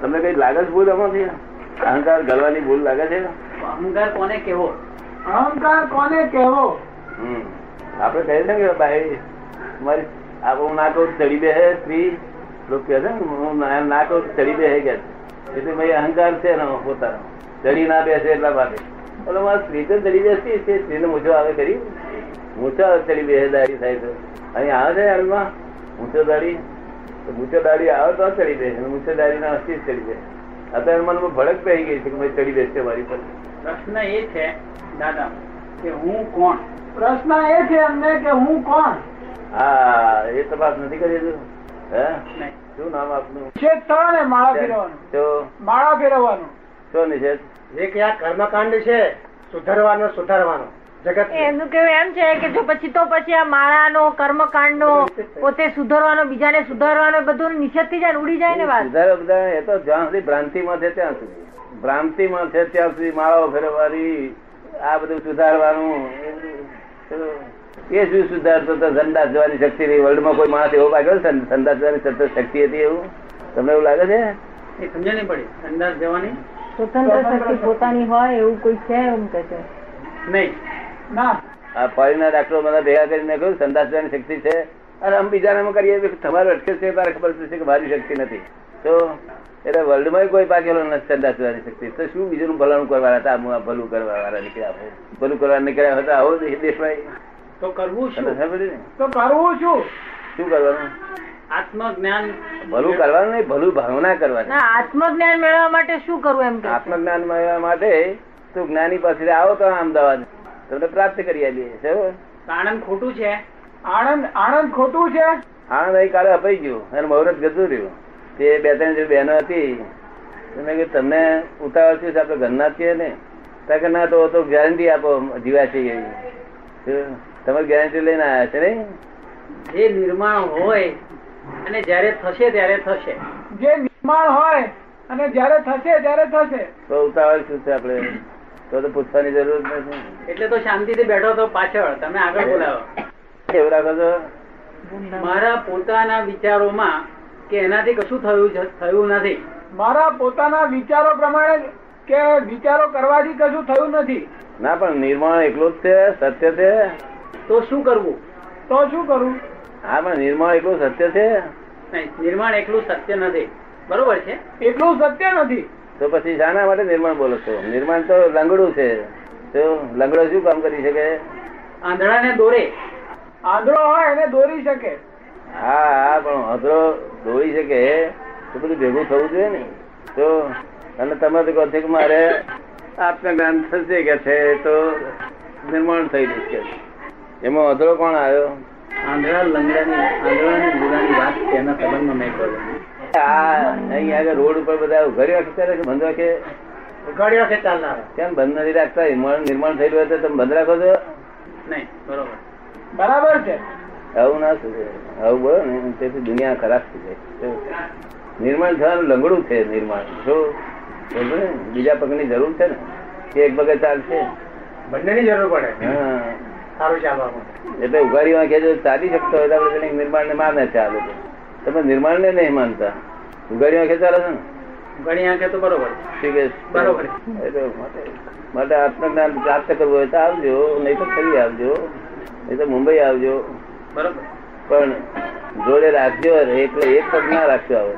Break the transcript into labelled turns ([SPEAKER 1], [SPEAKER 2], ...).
[SPEAKER 1] તમને કઈ લાગે છે ભૂલ આમાંથી અહંકાર ગળવાની ભૂલ લાગે છે
[SPEAKER 2] અહંકાર કોને કેવો
[SPEAKER 3] અહંકાર કોને કહેવો
[SPEAKER 1] હમ. આપણે કહીએ ને કે ભાઈ મારી આપણે હું ના કહું તો ચડી બે હે સ્ત્રી લોકો કહે છે ને, હું ના ના કહું તો ચડી બે હે કે છે. એટલે ભાઈ અહંકાર છે એનો પોતાનો ચડી ના બેસે એટલા માટે એટલે મારા સ્ત્રી તો ચડી બેસતી છે સ્ત્રીને મૂછો આવે કરી મૂછો આવે ચડી બે હે દાડી થાય તો અહીં આવે છે હાલમાં મૂછો દાડી તો મૂછો દાડી આવે તો ચડી દે મૂછો દાડી ના હસ્તી ચડી દે અત્યારે મનમાં ભડક પડી ગઈ છે કે ભાઈ ચડી બેસશે મારી પર
[SPEAKER 2] પ્રશ્ન એ છે દાદા કે હું કોણ
[SPEAKER 3] પ્રશ્ન એ છે અમને કે હું કોણ
[SPEAKER 1] હા એ તપાસ નથી કરી હજુ? હે
[SPEAKER 2] નહીં.
[SPEAKER 1] શું નામ આપનું
[SPEAKER 3] છે ત્રણે માળા ફેરવવાનું
[SPEAKER 1] તો
[SPEAKER 3] માળા ફેરવવાનું
[SPEAKER 1] શું નિષેધ
[SPEAKER 4] જે કે આ કર્મકાંડ છે સુધારવાનો સુધારવાનો જગત
[SPEAKER 5] એમનું કેવું એમ છે કે જો પછી તો પછી આ માળાનો કર્મકાંડનો પોતે સુધારવાનો બીજાને સુધારવાનો એ બધું નિષેધ થઈ જાય ને, ઉડી જાય ને વાત
[SPEAKER 1] સુધારો બધા એ તો જ્યાં સુધી ભ્રાંતિમાં છે ત્યાં સુધી ભ્રાંતિમાં છે ત્યાં સુધી માળાઓ ફેરવવાની આ બધું સુધારવાનું એ શું સુધારતો તો સંદાસ જવાની શક્તિ રહી વર્લ્ડમાં કોઈ માણસ એવો પાક્યો છે? સંદાસ જવાની સતત શક્તિ હતી એવું તમને એવું લાગે છે
[SPEAKER 2] એ સમજે નહીં પડી અંદાજ જવાની
[SPEAKER 5] સ્વતંત્ર શક્તિ પોતાની હોય એવું કોઈ છે એમ કે છે
[SPEAKER 2] નહીં
[SPEAKER 3] ના
[SPEAKER 1] આ ફોરેનના ડાક્ટરો બધા ભેગા કરીને કહ્યું સંદાસ જવાની શક્તિ છે અને અમે બીજાને એમ કરીએ કે તમારે અટકે છે તારે ખબર પડશે કે મારી શક્તિ નથી તો એટલે વર્લ્ડમાં કોઈ પાકેલો નથી સંદાસ જવાની શક્તિ તો શું બીજું ભલાણું કરવા હતા આ ભલું કરવા વાળા નીકળ્યા હોય. ભલું કરવા નીકળ્યા હતા આવો દેશ દેશભાઈ
[SPEAKER 2] તો કરવું
[SPEAKER 1] તમને
[SPEAKER 2] શું
[SPEAKER 1] ખબર પડી ને
[SPEAKER 3] તો કરવું શું
[SPEAKER 1] શું કરવાનું
[SPEAKER 2] આત્મજ્ઞાન
[SPEAKER 1] ભલું કરવાનું નહીં ભલું ભાવના કરવાની
[SPEAKER 5] ના આત્મજ્ઞાન મેળવવા માટે શું કરવું એમ કે છે.
[SPEAKER 1] આત્મજ્ઞાન મેળવવા માટે તું જ્ઞાની પાસે આવો તો અમદાવાદ તમને પ્રાપ્ત કરી આપીએ છે
[SPEAKER 2] આનંદ ખોટું છે
[SPEAKER 3] આણંદ આણંદ ખોટું છે
[SPEAKER 1] આણંદ અહીં કાલે અપાઈ ગયું અને મુહૂર્ત ગતું રહ્યું તે બે ત્રણ જે બહેનો હતી તો મેં કીધું તમને ઉતાવળ છે આપણે ઘરના જ છીએ ને ત્યાં કે ના તો તો ગેરંટી આપો જીવા છે તમે ગેરંટી લઈને આવ્યા છે નહીં
[SPEAKER 2] જે નિર્માણ હોય અને જ્યારે થશે ત્યારે થશે
[SPEAKER 3] જે નિર્માણ હોય અને જ્યારે થશે ત્યારે થશે
[SPEAKER 1] તો ઉતાવળ શું છે આપણે તો તો પૂછવાની જરૂર જ નથી
[SPEAKER 2] એટલે તો શાંતિથી બેઠો તો પાછળ તમે આગળ બોલાવો
[SPEAKER 1] એવું રાખો છો
[SPEAKER 2] મારા પોતાના વિચારોમાં કે એનાથી કશું થયું જ- થયું નથી
[SPEAKER 3] મારા પોતાના વિચારો પ્રમાણે કે વિચારો કરવાથી કશું થયું નથી
[SPEAKER 1] ના પણ નિર્માણ એકલું જ છે સત્ય છે
[SPEAKER 2] તો શું કરવું
[SPEAKER 3] તો શું કરું
[SPEAKER 1] હા પણ નિર્માણ એકલું સત્ય છે
[SPEAKER 2] નહીં નિર્માણ એકલું સત્ય નથી બરોબર છે
[SPEAKER 3] એટલું સત્ય નથી
[SPEAKER 1] તો પછી શાના માટે નિર્માણ બોલો છો નિર્માણ તો લંગડું છે તો લંગડો શું કામ કરી શકે
[SPEAKER 2] આંધળાને દોરે
[SPEAKER 3] આંધળો હોય એને દોરી શકે
[SPEAKER 1] હા હા પણ અધરો દોરી શકે તો બધું ભેગું થવું જોઈએ ને તો અને તમે તો કહો છો કે મારે આત્મજ્ઞાન થશે કે છે તો નિર્માણ થઈ જશે કે છે. એમાં અધરો કોણ આવ્યો
[SPEAKER 2] આંધળા લંગડાની આંધળાની ગુનાની વાત તેના સંબંધમાં મેં કરી
[SPEAKER 1] આ અહીંયા આગળ રોડ ઉપર બધા ઉઘાડી રાખતા રહે છે, બંધ રાખે
[SPEAKER 4] ઉઘાડ્યો છે ચાલનાર
[SPEAKER 1] કેમ બંધ નથી રાખતા નિર્માણ નિર્માણ થયેલું હોય તો તમે બંધ રાખો છો
[SPEAKER 2] નહીં બરોબર
[SPEAKER 3] બરાબર છે
[SPEAKER 1] આવું ના થશે આવું બોલો ને તેથી દુનિયા ખરાબ થઈ જાય શું? નિર્માણ થવાનું લંગડું છે નિર્માણ શું સમજો ને? બીજા પગની જરૂર છે ને કે એક પગે ચાલશે
[SPEAKER 4] બંનેની જરૂર પડે
[SPEAKER 1] હા.
[SPEAKER 4] સારું ચાલવા માટે
[SPEAKER 1] એટલે ઉઘાડી વાંખે જો ચાલી શકતો હોય તો આપણે તેને નિર્માણને માને છે આ લોકો તમે નિર્માણને નહીં માનતા ઉઘાડી વાંખે ચાલે છે ને
[SPEAKER 2] ઘણી આંખે તો બરોબર છે.
[SPEAKER 1] શું કે છે?
[SPEAKER 2] બરોબર.
[SPEAKER 1] એટલે માટે માટે આત્મજ્ઞાન પ્રાપ્ત કરવું હોય તો આવજો નહીં તો ફરી આવજો નહીં તો મુંબઈ આવજો
[SPEAKER 2] બરોબર
[SPEAKER 1] પણ જોડે રાખજો એટલે એક પગ ના રાખજો આવે